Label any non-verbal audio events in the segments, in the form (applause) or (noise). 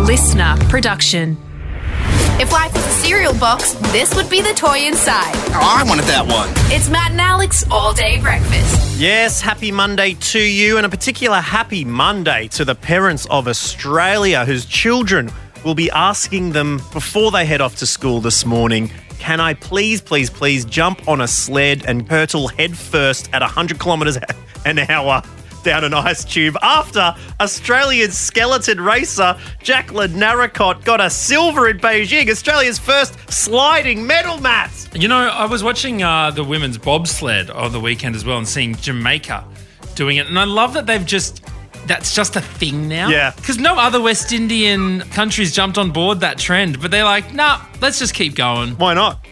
listener production. If life was a cereal box, this would be the toy inside. Oh, I wanted that one. It's Matt and Alex all day breakfast. Yes, happy Monday to you, and a particular happy Monday to the parents of Australia whose children will be asking them before they head off to school this morning. Can I please, please, please jump on a sled and hurtle headfirst at 100 kilometres (laughs) an hour down an ice tube after Australian skeleton racer Jacqueline Narricot got a silver in Beijing, Australia's first sliding medal, Matt. You know, I was watching uh, the women's bobsled on the weekend as well and seeing Jamaica doing it. And I love that they've just, that's just a thing now. Yeah. Because no other West Indian countries jumped on board that trend, but they're like, nah, let's just keep going. Why not?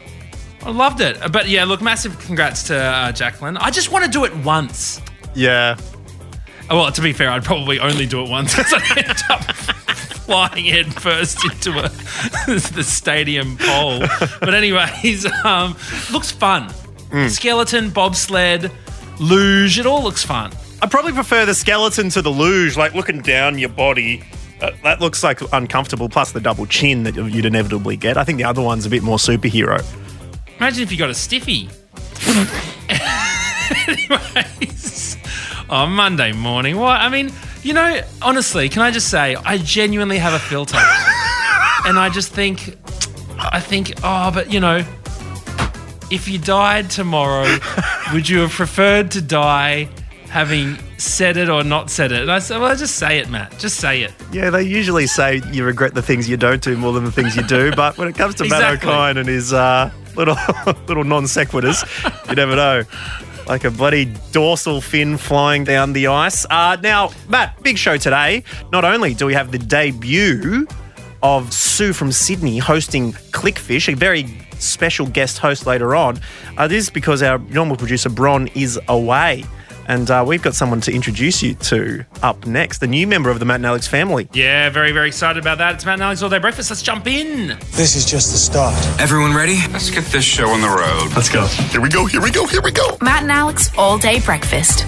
I loved it. But yeah, look, massive congrats to uh, Jacqueline. I just want to do it once. Yeah. Oh, Well, to be fair, I'd probably only do it once (laughs) because I end up flying headfirst into a, (laughs) the stadium pole. But anyways, um, looks fun. Skeleton, bobsled, luge, it all looks fun. I probably prefer the skeleton to the luge, like looking down your body. That, that looks like uncomfortable, plus the double chin that you'd inevitably get. I think the other one's a bit more superhero. Imagine if you got a stiffy. (laughs) Anyways, oh, Monday morning. What? I mean, you know, honestly, can I just say, I genuinely have a filter. and I just think, I think, oh, but you know, if you died (laughs) tomorrow, would you have preferred to die having said it or not said it? And I said, well, just say it, Matt. Just say it. Yeah, they usually say you regret the things you don't do more than the things you do, but when it comes to Matt Exactly. O'Kine and his uh, little (laughs) little non sequiturs, you never know. Like a bloody dorsal fin flying down the ice. Uh, now, Matt, big show today. Not only do we have the debut of Sue from Sydney hosting Clickfish, a very special guest host later on. Uh, this is because our normal producer, Bron, is away. And uh, we've got someone to introduce you to up next, the new member of the Matt and Alex family. Yeah, very, very excited about that. It's Matt and Alex All Day Breakfast. Let's jump in. This is just the start. Everyone ready? Let's get this show on the road. Let's go. Here we go, here we go, here we go. Matt and Alex all day breakfast.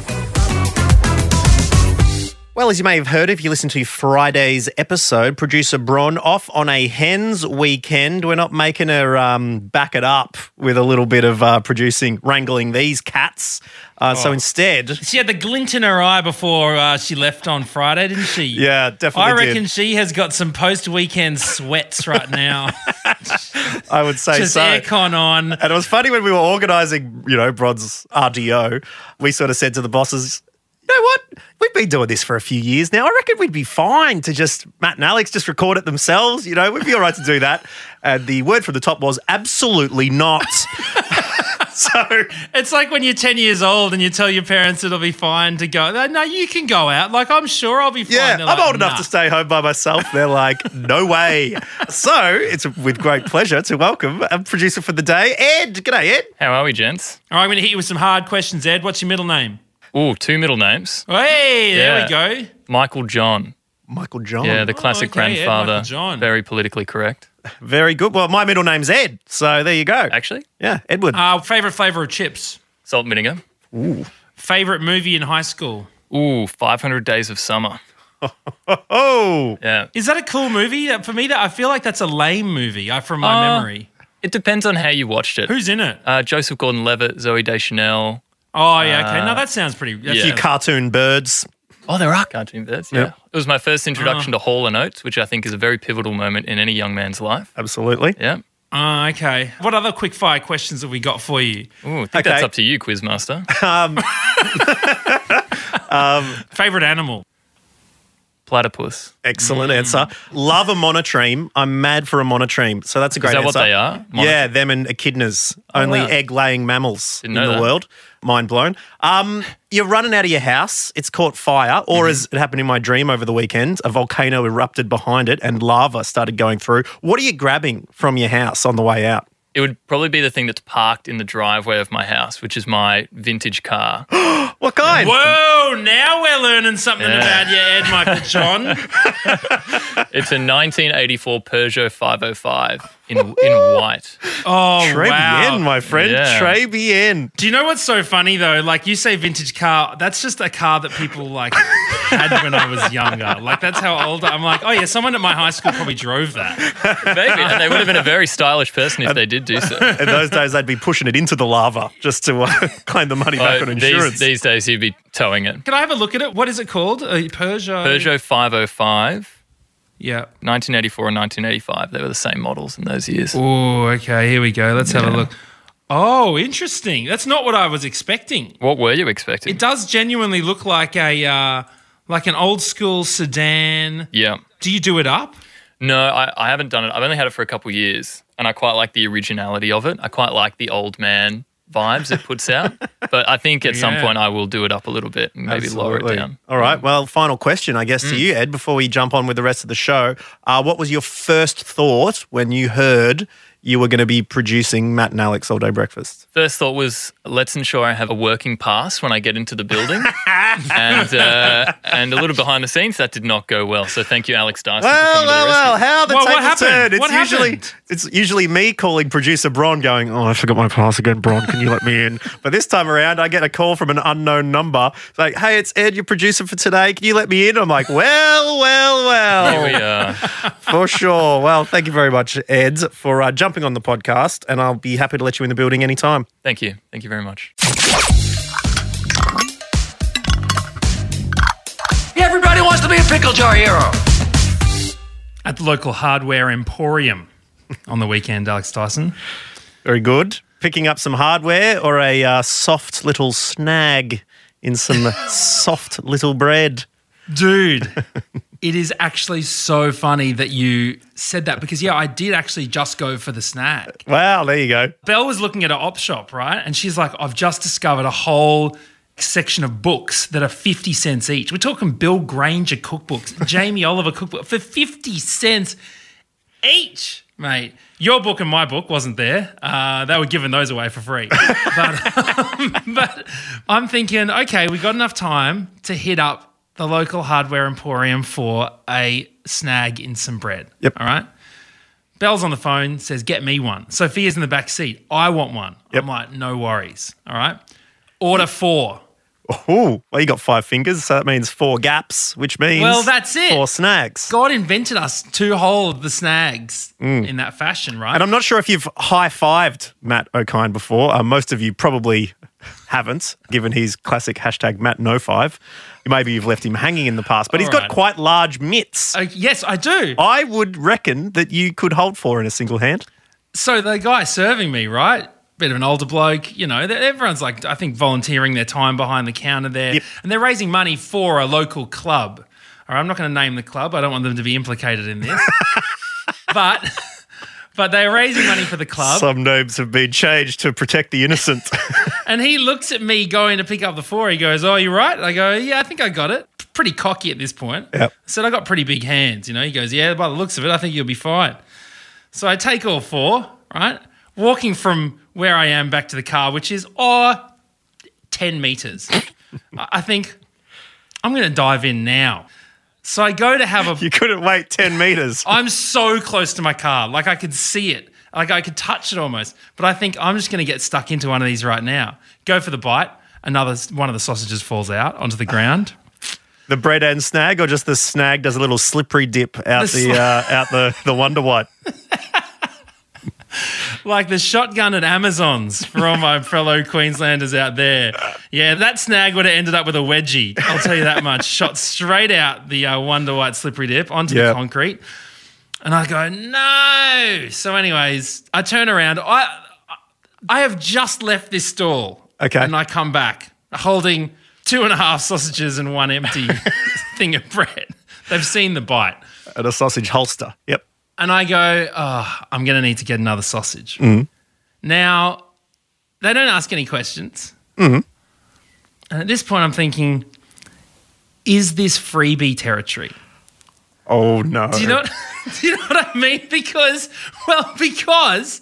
Well, as you may have heard if you listened to Friday's episode, producer Bron off on a hens weekend. We're not making her um, back it up with a little bit of uh, producing, wrangling these cats. Uh, So instead, She had the glint in her eye before uh, she left on Friday, didn't (laughs) she? yeah, definitely. I reckon did. she has got some post weekend sweats right (laughs) now. I would say Just so. aircon on. And it was funny when we were organising, you know, Brod's RDO, we sort of said to the bosses, you know what? We've been doing this for a few years now. I reckon we'd be fine to just, Matt and Alex, just record it themselves. You know, we'd be all right to do that. And the word from the top was absolutely (laughs) not. (laughs) so It's like when you're 10 years old and you tell your parents it'll be fine to go. They're, No, you can go out. Like, I'm sure I'll be fine. Yeah, They're I'm like, old enough "Nah." to stay home by myself. They're like, no way. So it's with great pleasure to welcome a producer for the day, Ed. G'day, Ed. How are we, gents? All right, I'm going to hit you with some hard questions, Ed. What's your middle name? Ooh, two middle names. Hey, there Yeah. we go. Michael John. Michael John. Yeah, the classic Oh, okay, yeah, grandfather. Michael John. Very politically correct. Very good. Well, my middle name's Ed. So there you go. Actually, Yeah, Edward. Uh, favorite flavor of chips? salt and vinegar. Favorite movie in high school? Ooh, 500 Days of Summer. oh, Yeah. Is that a cool movie? That- For me, that I feel like that's a lame movie I from my Uh, memory. It depends on how you watched it. Who's in it? Uh, Joseph Gordon Levitt, Zoe Deschanel. Oh, yeah, okay. No, that sounds pretty. That's uh, yeah. you cartoon birds. Oh, there are cartoon birds. Yeah. Yep. It was my first introduction Ah. to Hall and Oates, which I think is a very pivotal moment in any young man's life. Absolutely. Yeah. Ah, okay. What other quick fire questions have we got for you? Ooh, I think that's Okay. up to you, Quizmaster. (laughs) Favorite animal? (laughs) Platypus. Excellent Mm. answer. Love a monotreme. I'm mad for a monotreme. So that's a great that answer. what they are? Oh, Yeah, them and echidnas. only wow. egg laying mammals Didn't in know the that. world. Mind blown. Um, you're running out of your house. It's caught fire, Mm-hmm. or as it happened in my dream over the weekend, a volcano erupted behind it and lava started going through. What are you grabbing from your house on the way out? It would probably be the thing that's parked in the driveway of my house, which is my vintage car. What kind? Whoa, now we're learning something Yeah. about you, Ed Michael John. It's a 1984 Peugeot 505 in in in white. Oh, Très wow. bien, my friend. Yeah. Très bien. Do you know what's so funny though? Like you say vintage car, that's just a car that people like (laughs) had when I was younger. Like that's how old I'm like, oh yeah, someone at my high school probably drove that. Maybe. And they would have been a very stylish person if they did do so. In those days, they'd be pushing it into the lava just to uh, (laughs) claim the money (laughs) back Uh, on these, insurance. these days, he'd be towing it. Can I have a look at it? What is it called? A Peugeot. Peugeot 505, Yeah. 1984 and 1985. They were the same models in those years. Oh, okay. Here we go. Let's have a look. Oh, interesting. That's not what I was expecting. What were you It expecting? does genuinely look like a uh, like an old school sedan. Yeah. Do you do it up? No, I, I haven't done it. I've only had it for a couple of years, and I quite like the originality of it. I quite like the old man vibes it (laughs) puts out. But I think at some Yeah. point I will do it up a little bit and maybe lower it down. Mm. All right. Well, final question, I guess, to you, Ed, before we jump on with the rest of the show. Uh, what was your first thought when you heard you were going to be producing Matt and Alex All Day Breakfast? First thought was, let's ensure I have a working pass when I get into the building. (laughs) and uh, and a little behind the scenes, that did not go well. So thank you, Alex Dyson. for Well, coming to the well, rescue. well. How the Well, what tables happened? turned. It's What usually happened? it's usually me calling producer Bron, going, "Oh, I forgot my pass again, Bron. Can you let me (laughs) in?" But this time around, I get a call from an unknown number, It's like, "Hey, it's Ed, your producer for today. Can you let me in?" I'm like, "Well, well, well." Here we are. (laughs) For sure. Well, thank you very much, Ed, for uh, jumping on the podcast, and I'll be happy to let you in the building anytime. Thank you. Thank you very much. Everybody wants to be a pickle jar hero. At the local hardware emporium on the weekend, Alex Dyson. Very good. Picking up some hardware or a uh, soft little snag in some (laughs) soft little bread. Dude, it is actually so funny that you said that because, yeah, I did actually just go for the snack. Wow, there you go. Belle was looking at an op shop, right? And she's like, I've just discovered a whole section of books that are 50 cents each. We're talking Bill Granger cookbooks, Jamie Oliver cookbook for 50 cents each, mate. Your book and my book wasn't there. Uh, they were giving those away for free. But, um, (laughs) but I'm thinking, okay, we got enough time to hit up the local hardware emporium for a snag in some bread. Yep. All right. Bell's on the phone, says, Get me one. Sophia's in the back seat. I want one. Yep. I'm like, No worries. All right. Order four. Ooh, well, you got five fingers, so that means four gaps, which means Well, that's it. four snags. God invented us to hold the snags in that fashion, right? Mm. And I'm not sure if you've high fived Matt O'Kine before. Uh, most of you probably haven't, given his classic hashtag Matt No Five. Maybe you've left him hanging in the past, but he's got right. quite large mitts. Uh, yes, I do. I would reckon that you could hold four in a single hand. So the guy serving me, right? Bit of an older bloke, you know. th- Everyone's like, I think, volunteering their time behind the counter there, Yep. and they're raising money for a local club. All right, I'm not going to name the club. I don't want them to be implicated (laughs) in this, but but they're raising money for the club. Some names have been changed to protect the (laughs) innocent. And he looks at me going to pick up the four. He goes, Oh, you right? I go, Yeah, I think I got it. P- Pretty cocky at this point. Yep. Said, I got pretty big hands. You know, he goes, Yeah, by the looks of it, I think you'll be fine. So I take all four, right? Walking from where I am back to the car, which is, oh, 10 meters. I I think I'm going to dive in now. So I go to have a you couldn't wait 10 meters. I'm so close to my car. Like I could see it. Like I could touch it almost. But I think I'm just going to get stuck into one of these right now. Go for the bite. Another s- one of the sausages falls out onto the ground. The bread and snag, or just the snag does a little slippery dip out The the, sli- uh, out the, the Wonder White. Like the shotgun at Amazon's for all my fellow Queenslanders out there. Yeah, that snag would have ended up with a wedgie. I'll tell you that much. Shot straight out the uh, Wonder White slippery dip onto the Yep. concrete. And I go, no. So, anyways, I turn around. I I have just left this stall. Okay. And I come back holding two and a half sausages and one empty thing of bread. They've seen the bite. At a sausage holster. Yep. And I go, oh, I'm going to need to get another sausage. Mm-hmm. Now, they don't ask any questions. Mm-hmm. And at this point, I'm thinking, is this freebie territory? Oh, no. Do you know, what- (laughs) do you know what I mean? Because, well, because,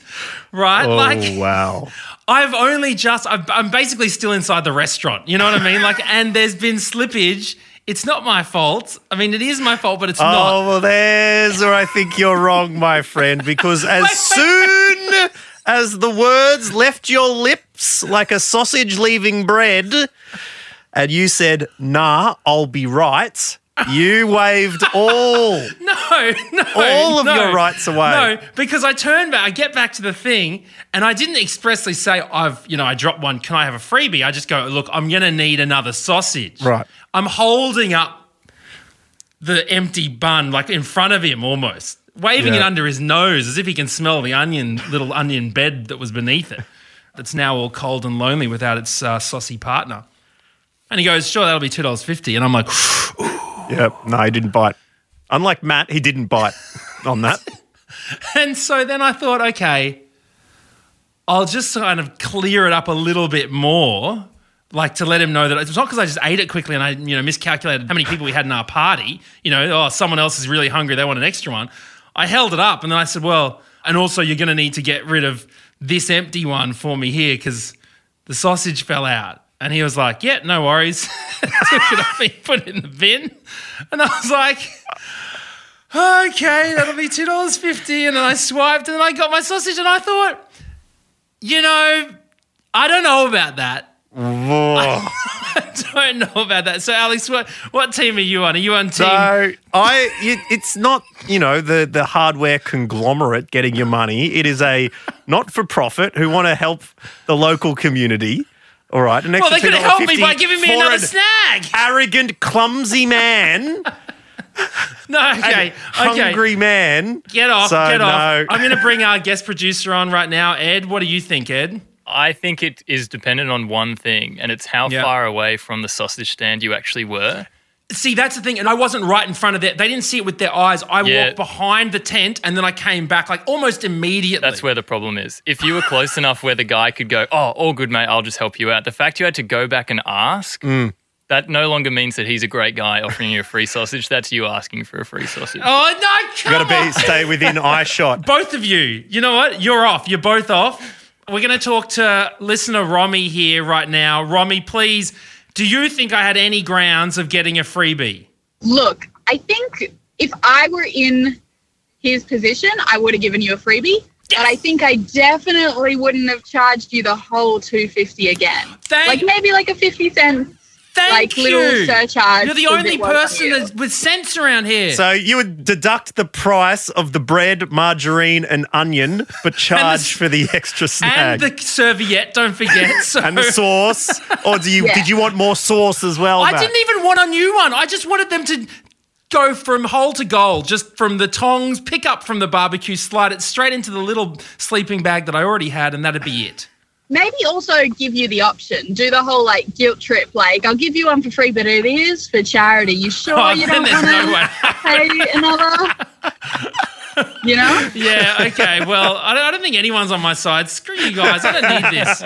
right? Oh, like, wow. I've only just, I've, I'm basically still inside the restaurant. You know what I mean? Like, and there's been slippage It's not my fault. I mean, it is my fault, but it's Oh, (laughs) not. well, there's where I think you're wrong, my friend, (laughs) because as soon as the words left your lips like a sausage leaving bread, and you said, nah, I'll be right, you waived (laughs) all. No, no. All of no. your rights away. No, because I turn back, I get back to the thing, and I didn't expressly say, I've, you know, I dropped one. Can I have a freebie? I just go, look, I'm going to need another sausage. Right. I'm holding up the empty bun, like in front of him almost, waving Yeah. it under his nose as if he can smell the onion, little onion bed that was beneath it, that's now all cold and lonely without its uh, saucy partner. And he goes, sure, that'll be $2.50. And I'm like, Yep, no, he didn't bite. Unlike Matt, he didn't bite on that. (laughs) And so then I thought, okay, I'll just kind of clear it up a little bit more, like to let him know that it's not because I just ate it quickly and I, you know, miscalculated how many people we had in our party. You know, oh, someone else is really hungry; they want an extra one. I held it up and then I said, well, and also you're going to need to get rid of this empty one for me here because the sausage fell out. And he was like, yeah, no worries. (laughs) Took it off, he put it in the bin, and I was like okay, that'll be two dollars fifty. And then I swiped, and then I got my sausage, and I thought, you know, I don't know about that. (laughs) Whoa. Don't know about that. So, Alex, what what team are you on? Are you on team? So I, it, it's not you know the the hardware conglomerate getting your money. It is a not for profit who want to help the local community. All right, an well, extra they could have helped me by $2.50 giving me for another an snag. Arrogant, clumsy man, No, (laughs) okay, okay. hungry man. Get off, So, get no. off. (laughs) I'm going to bring our guest producer on right now, Ed. What do you think, Ed? I think it is dependent on one thing, and it's how Yeah. far away from the sausage stand you actually were. See, that's the thing, and I wasn't right in front of it. They didn't see it with their eyes. I Yeah. walked behind the tent, and then I came back like almost immediately. That's where the problem is. If you were close enough where the guy could go, oh, all good, mate, I'll just help you out. The fact you had to go back and ask, Mm. that no longer means that he's a great guy offering you a free sausage. That's you asking for a free sausage. Oh no! Come Got to on. be stay (laughs) within eye shot. both of you. You know what? You're off. You're both off. We're going to talk to listener Romy here right now. Romy, please, do you think I had any grounds of getting a freebie? Look, I think if I were in his position, I would have given you a freebie. But I think I definitely wouldn't have charged you the whole two fifty again. Thank- like maybe like a fifty cent Thank like you. little surcharge. You're the if it only was person you. that's with sense around here. So you would deduct the price of the bread, margarine, and onion, but charge for the extra and snag the serviette, don't forget. (laughs) So And the sauce. Or do you Yeah. did you want more sauce as well? I Matt? didn't even want a new one. I just wanted them to go from hole to goal, just from the tongs, pick up from the barbecue, slide it straight into the little sleeping bag that I already had, and that'd be it. maybe also give you the option. Do the whole like guilt trip. Like I'll give you one for free, but it is for charity. You sure Oh, you don't then there's want to no way. (laughs) pay another? You know. (laughs) Yeah, okay. Well, I don't, I don't think anyone's on my side. Screw you guys. I don't need this.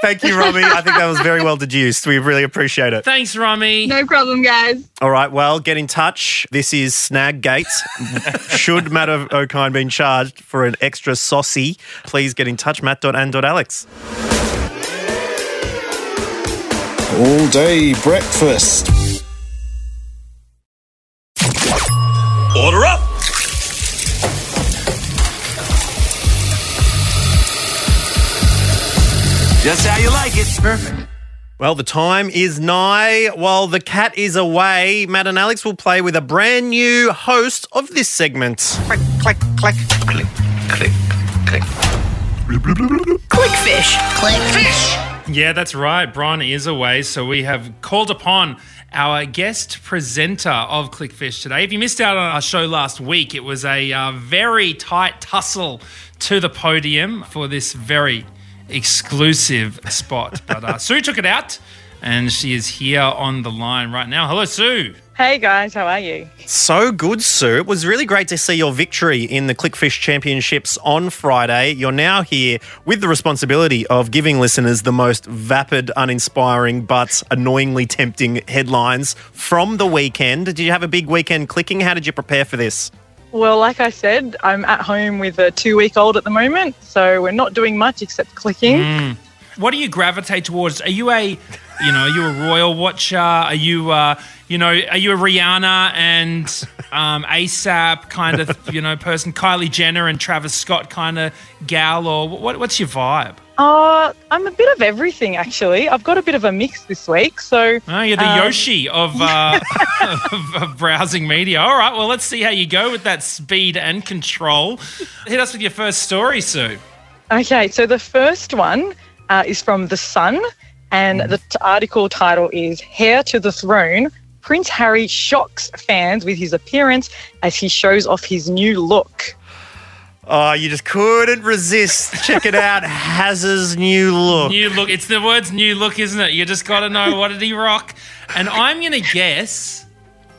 Thank (laughs) you, Romy. I think that was very well deduced. We really appreciate it. Thanks, Rami. No problem, guys. All right, well, get in touch. This is Snag Gates. Should Matt O- O'Kine been charged for an extra saucy, please get in touch, matt.and.alex. All day breakfast. Order up. That's how you like it. Perfect. Well, the time is nigh. While the cat is away, Matt and Alex will play with a brand new host of this segment. Click, click, click. Click, click, click. Clickfish. Clickfish. Yeah, that's right. Bron is away. So we have called upon our guest presenter of Clickfish today. If you missed out on our show last week, it was a uh, very tight tussle to the podium for this very exclusive spot. But uh, Sue took it out. And she is here on the line right now. Hello, Sue. Hey guys, how are you? So good, Sue. It was really great to see your victory in the Clickfish Championships on Friday. You're now here with the responsibility of giving listeners the most vapid, uninspiring, but annoyingly tempting headlines from the weekend. Did you have a big weekend clicking? How did you prepare for this? Well, like I said, I'm at home with a two week old at the moment, so we're not doing much except clicking. What do you gravitate towards? Are you a you know, are you a royal watcher? Are you, uh, you know, are you a Rihanna and um, ASAP kind of, you know, person? Kylie Jenner and Travis Scott kind of gal, or what, what's your vibe? Uh, I'm a bit of everything, actually. I've got a bit of a mix this week. So, oh, you're the um, Yoshi of, uh, of, of, browsing media. All right, well, let's see how you go with that speed and control. Hit us with your first story, Sue. Okay, so the first one uh, is from The Sun, and the t- article title is Hair to the Throne Prince Harry Shocks Fans with His Appearance as He Shows Off His New Look. Oh, you just couldn't resist. Check it out. Haz's new look. (laughs) New look. It's the words new look, isn't it? You just got to know what did he rock. And I'm going to guess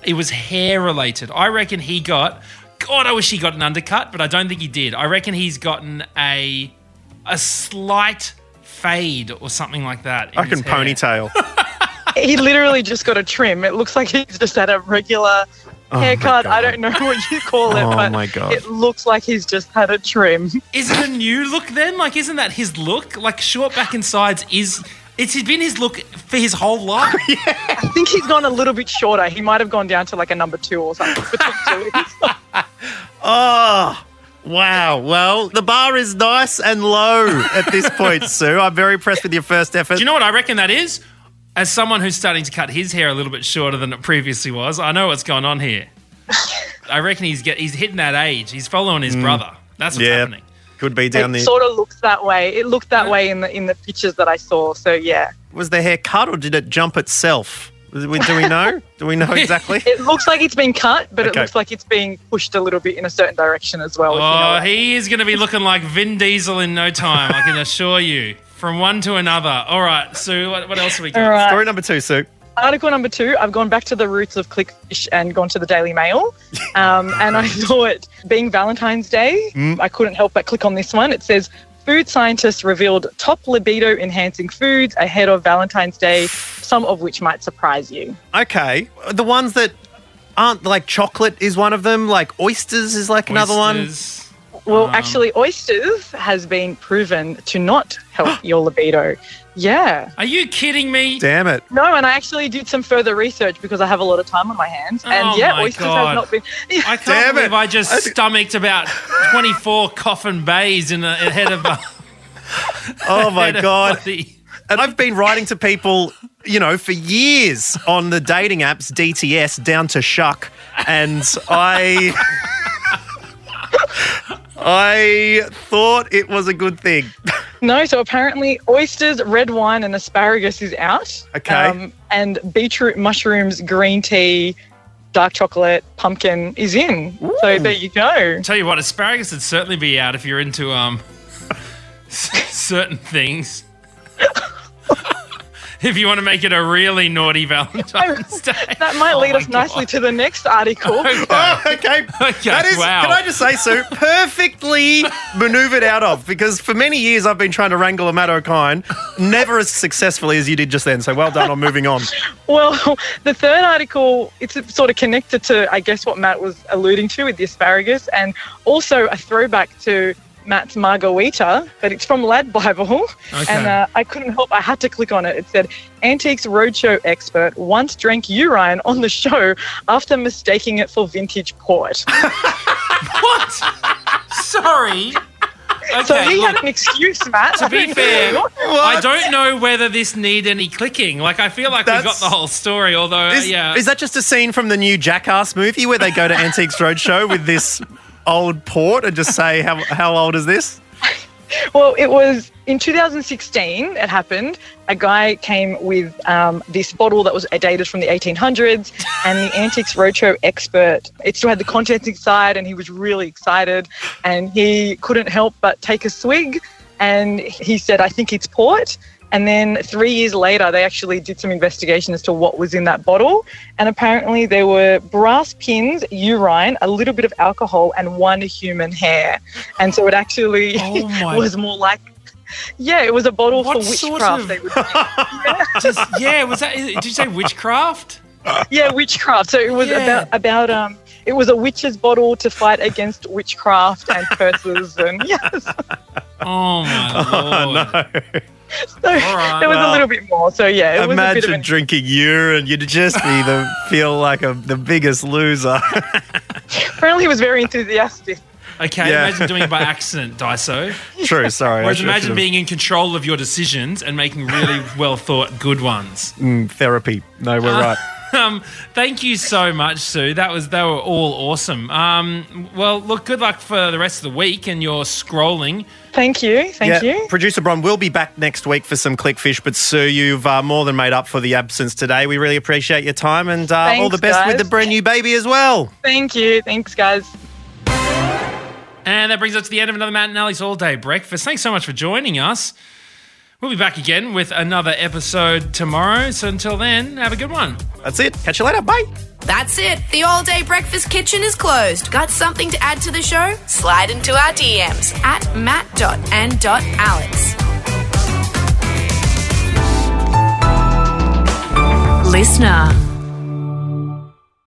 it was hair related. I reckon he got, God, I wish he got an undercut, but I don't think he did. I reckon he's gotten a a slight fade or something like that. I can ponytail. he literally just got a trim. It looks like he's just had a regular Oh haircut. I don't know what you call it, oh but my God. it looks like he's just had a trim. Is it a new look then? Like, isn't that his look? Like, short back and sides is. It's been his look for his whole life. yeah. I think he's gone a little bit shorter. He might have gone down to like a number two or something. (laughs) oh, wow. Well, the bar is nice and low at this (laughs) point, Sue. I'm very impressed with your first effort. Do you know what I reckon that is? as someone who's starting to cut his hair a little bit shorter than it previously was, I know what's going on here. I reckon he's get he's hitting that age. He's following his mm. brother. That's what's yeah. happening. Could be down it there. Sort of looks that way. It looked that yeah. way in the in the pictures that I saw. So yeah. Was the hair cut or did it jump itself? Do we (laughs) know? Do we know exactly? it looks like it's been cut, but okay. it looks like it's being pushed a little bit in a certain direction as well. Oh, you know he is going to be looking like Vin Diesel in no time. I can assure you from one to another. All right, Sue, what, what else have we got? Right. Story number two, Sue. Article number two, I've gone back to the roots of Clickfish and gone to the Daily Mail. Um, (laughs) and I thought, being Valentine's Day, mm. I couldn't help but click on this one. It says, Food scientists revealed top libido enhancing foods ahead of Valentine's Day, some of which might surprise you. Okay. The ones that aren't like chocolate is one of them, like oysters is like oysters. another one. Well, um, actually, oysters has been proven to not help your libido. Yeah. Are you kidding me? Damn it. No, and I actually did some further research because I have a lot of time on my hands. And oh yeah, my oysters God. have not been. (laughs) I can't Damn believe it. I just stomached about 24 coffin bays in a, ahead (laughs) of. A, oh (laughs) my God. And I've been writing to people, you know, for years on the dating apps, DTS, down to shuck. And (laughs) I. I thought it was a good thing. no, so apparently oysters, red wine, and asparagus is out. Okay. Um, and beetroot, mushrooms, green tea, dark chocolate, pumpkin is in. Ooh. So there you go. Tell you what, asparagus would certainly be out if you're into um certain things. (laughs) if you want to make it a really naughty Valentine's Day. (laughs) that might lead oh us nicely God. to the next article. okay. Oh, (laughs) okay. okay. That is, wow. can I just say, (laughs) Sue, perfectly maneuvered out of because for many years I've been trying to wrangle a Matt O'Kine, never as successfully as you did just then. So well done on moving (laughs) on. Uh, well, (laughs) the third article, it's sort of connected to, I guess, what Matt was alluding to with the asparagus and also a throwback to Matt's Margarita, but it's from Lad Bible. (laughs) Okay. And uh, I couldn't help, I had to click on it. It said, Antiques Roadshow expert once drank urine on the show after mistaking it for vintage (laughs) port. what? Sorry. Okay, so he look, had an excuse, Matt. To (laughs) be fair, I don't know whether this need any clicking. Like, I feel like That's, we got the whole story. Although, is, yeah, is that just a scene from the new Jackass movie where they go to Antiques Roadshow with this old port and just say how, how old is this? well, it was in 2016. It happened. A guy came with um, this bottle that was dated from the 1800s, and the antiques roadshow expert. It still had the contents inside, and he was really excited, and he couldn't help but take a swig. And he said, "I think it's port." And then three years later, they actually did some investigation as to what was in that bottle. And apparently, there were brass pins, urine, a little bit of alcohol, and one human hair. And so it actually oh (laughs) was more like. Yeah, it was a bottle what for witchcraft. Of... They would yeah. Just, yeah, was that? Did you say witchcraft? yeah, witchcraft. So it was yeah. about about um, it was a witch's bottle to fight against (laughs) witchcraft and curses and yes. Oh my lord! Oh, no. so there was a well, little bit more. So yeah, it was a bit Imagine of an drinking urine. You'd just be the feel like a, the biggest loser. (laughs) Apparently, he was very enthusiastic. Okay, Yeah. imagine doing it by accident, Daiso. True, sorry. I Whereas should- I should imagine have- being in control of your decisions and making really well thought good ones. Mm, therapy. No, we're right. Um, thank you so much, Sue. That was they were all awesome. Um, well, look, good luck for the rest of the week and your scrolling. Thank you, thank you. Producer Bron will be back next week for some clickfish, but Sue, you've uh, more than made up for the absence today. We really appreciate your time and uh, all Thanks, the best with guys. the brand new baby as well. Thank you. Thanks, guys. And that brings us to the end of another Matt and Ali's All Day Breakfast. Thanks so much for joining us. We'll be back again with another episode tomorrow. So until then, have a good one. That's it. Catch you later. Bye. That's it. The all day breakfast kitchen is closed. Got something to add to the show? Slide into our DMs at matt.and.alex. Listener.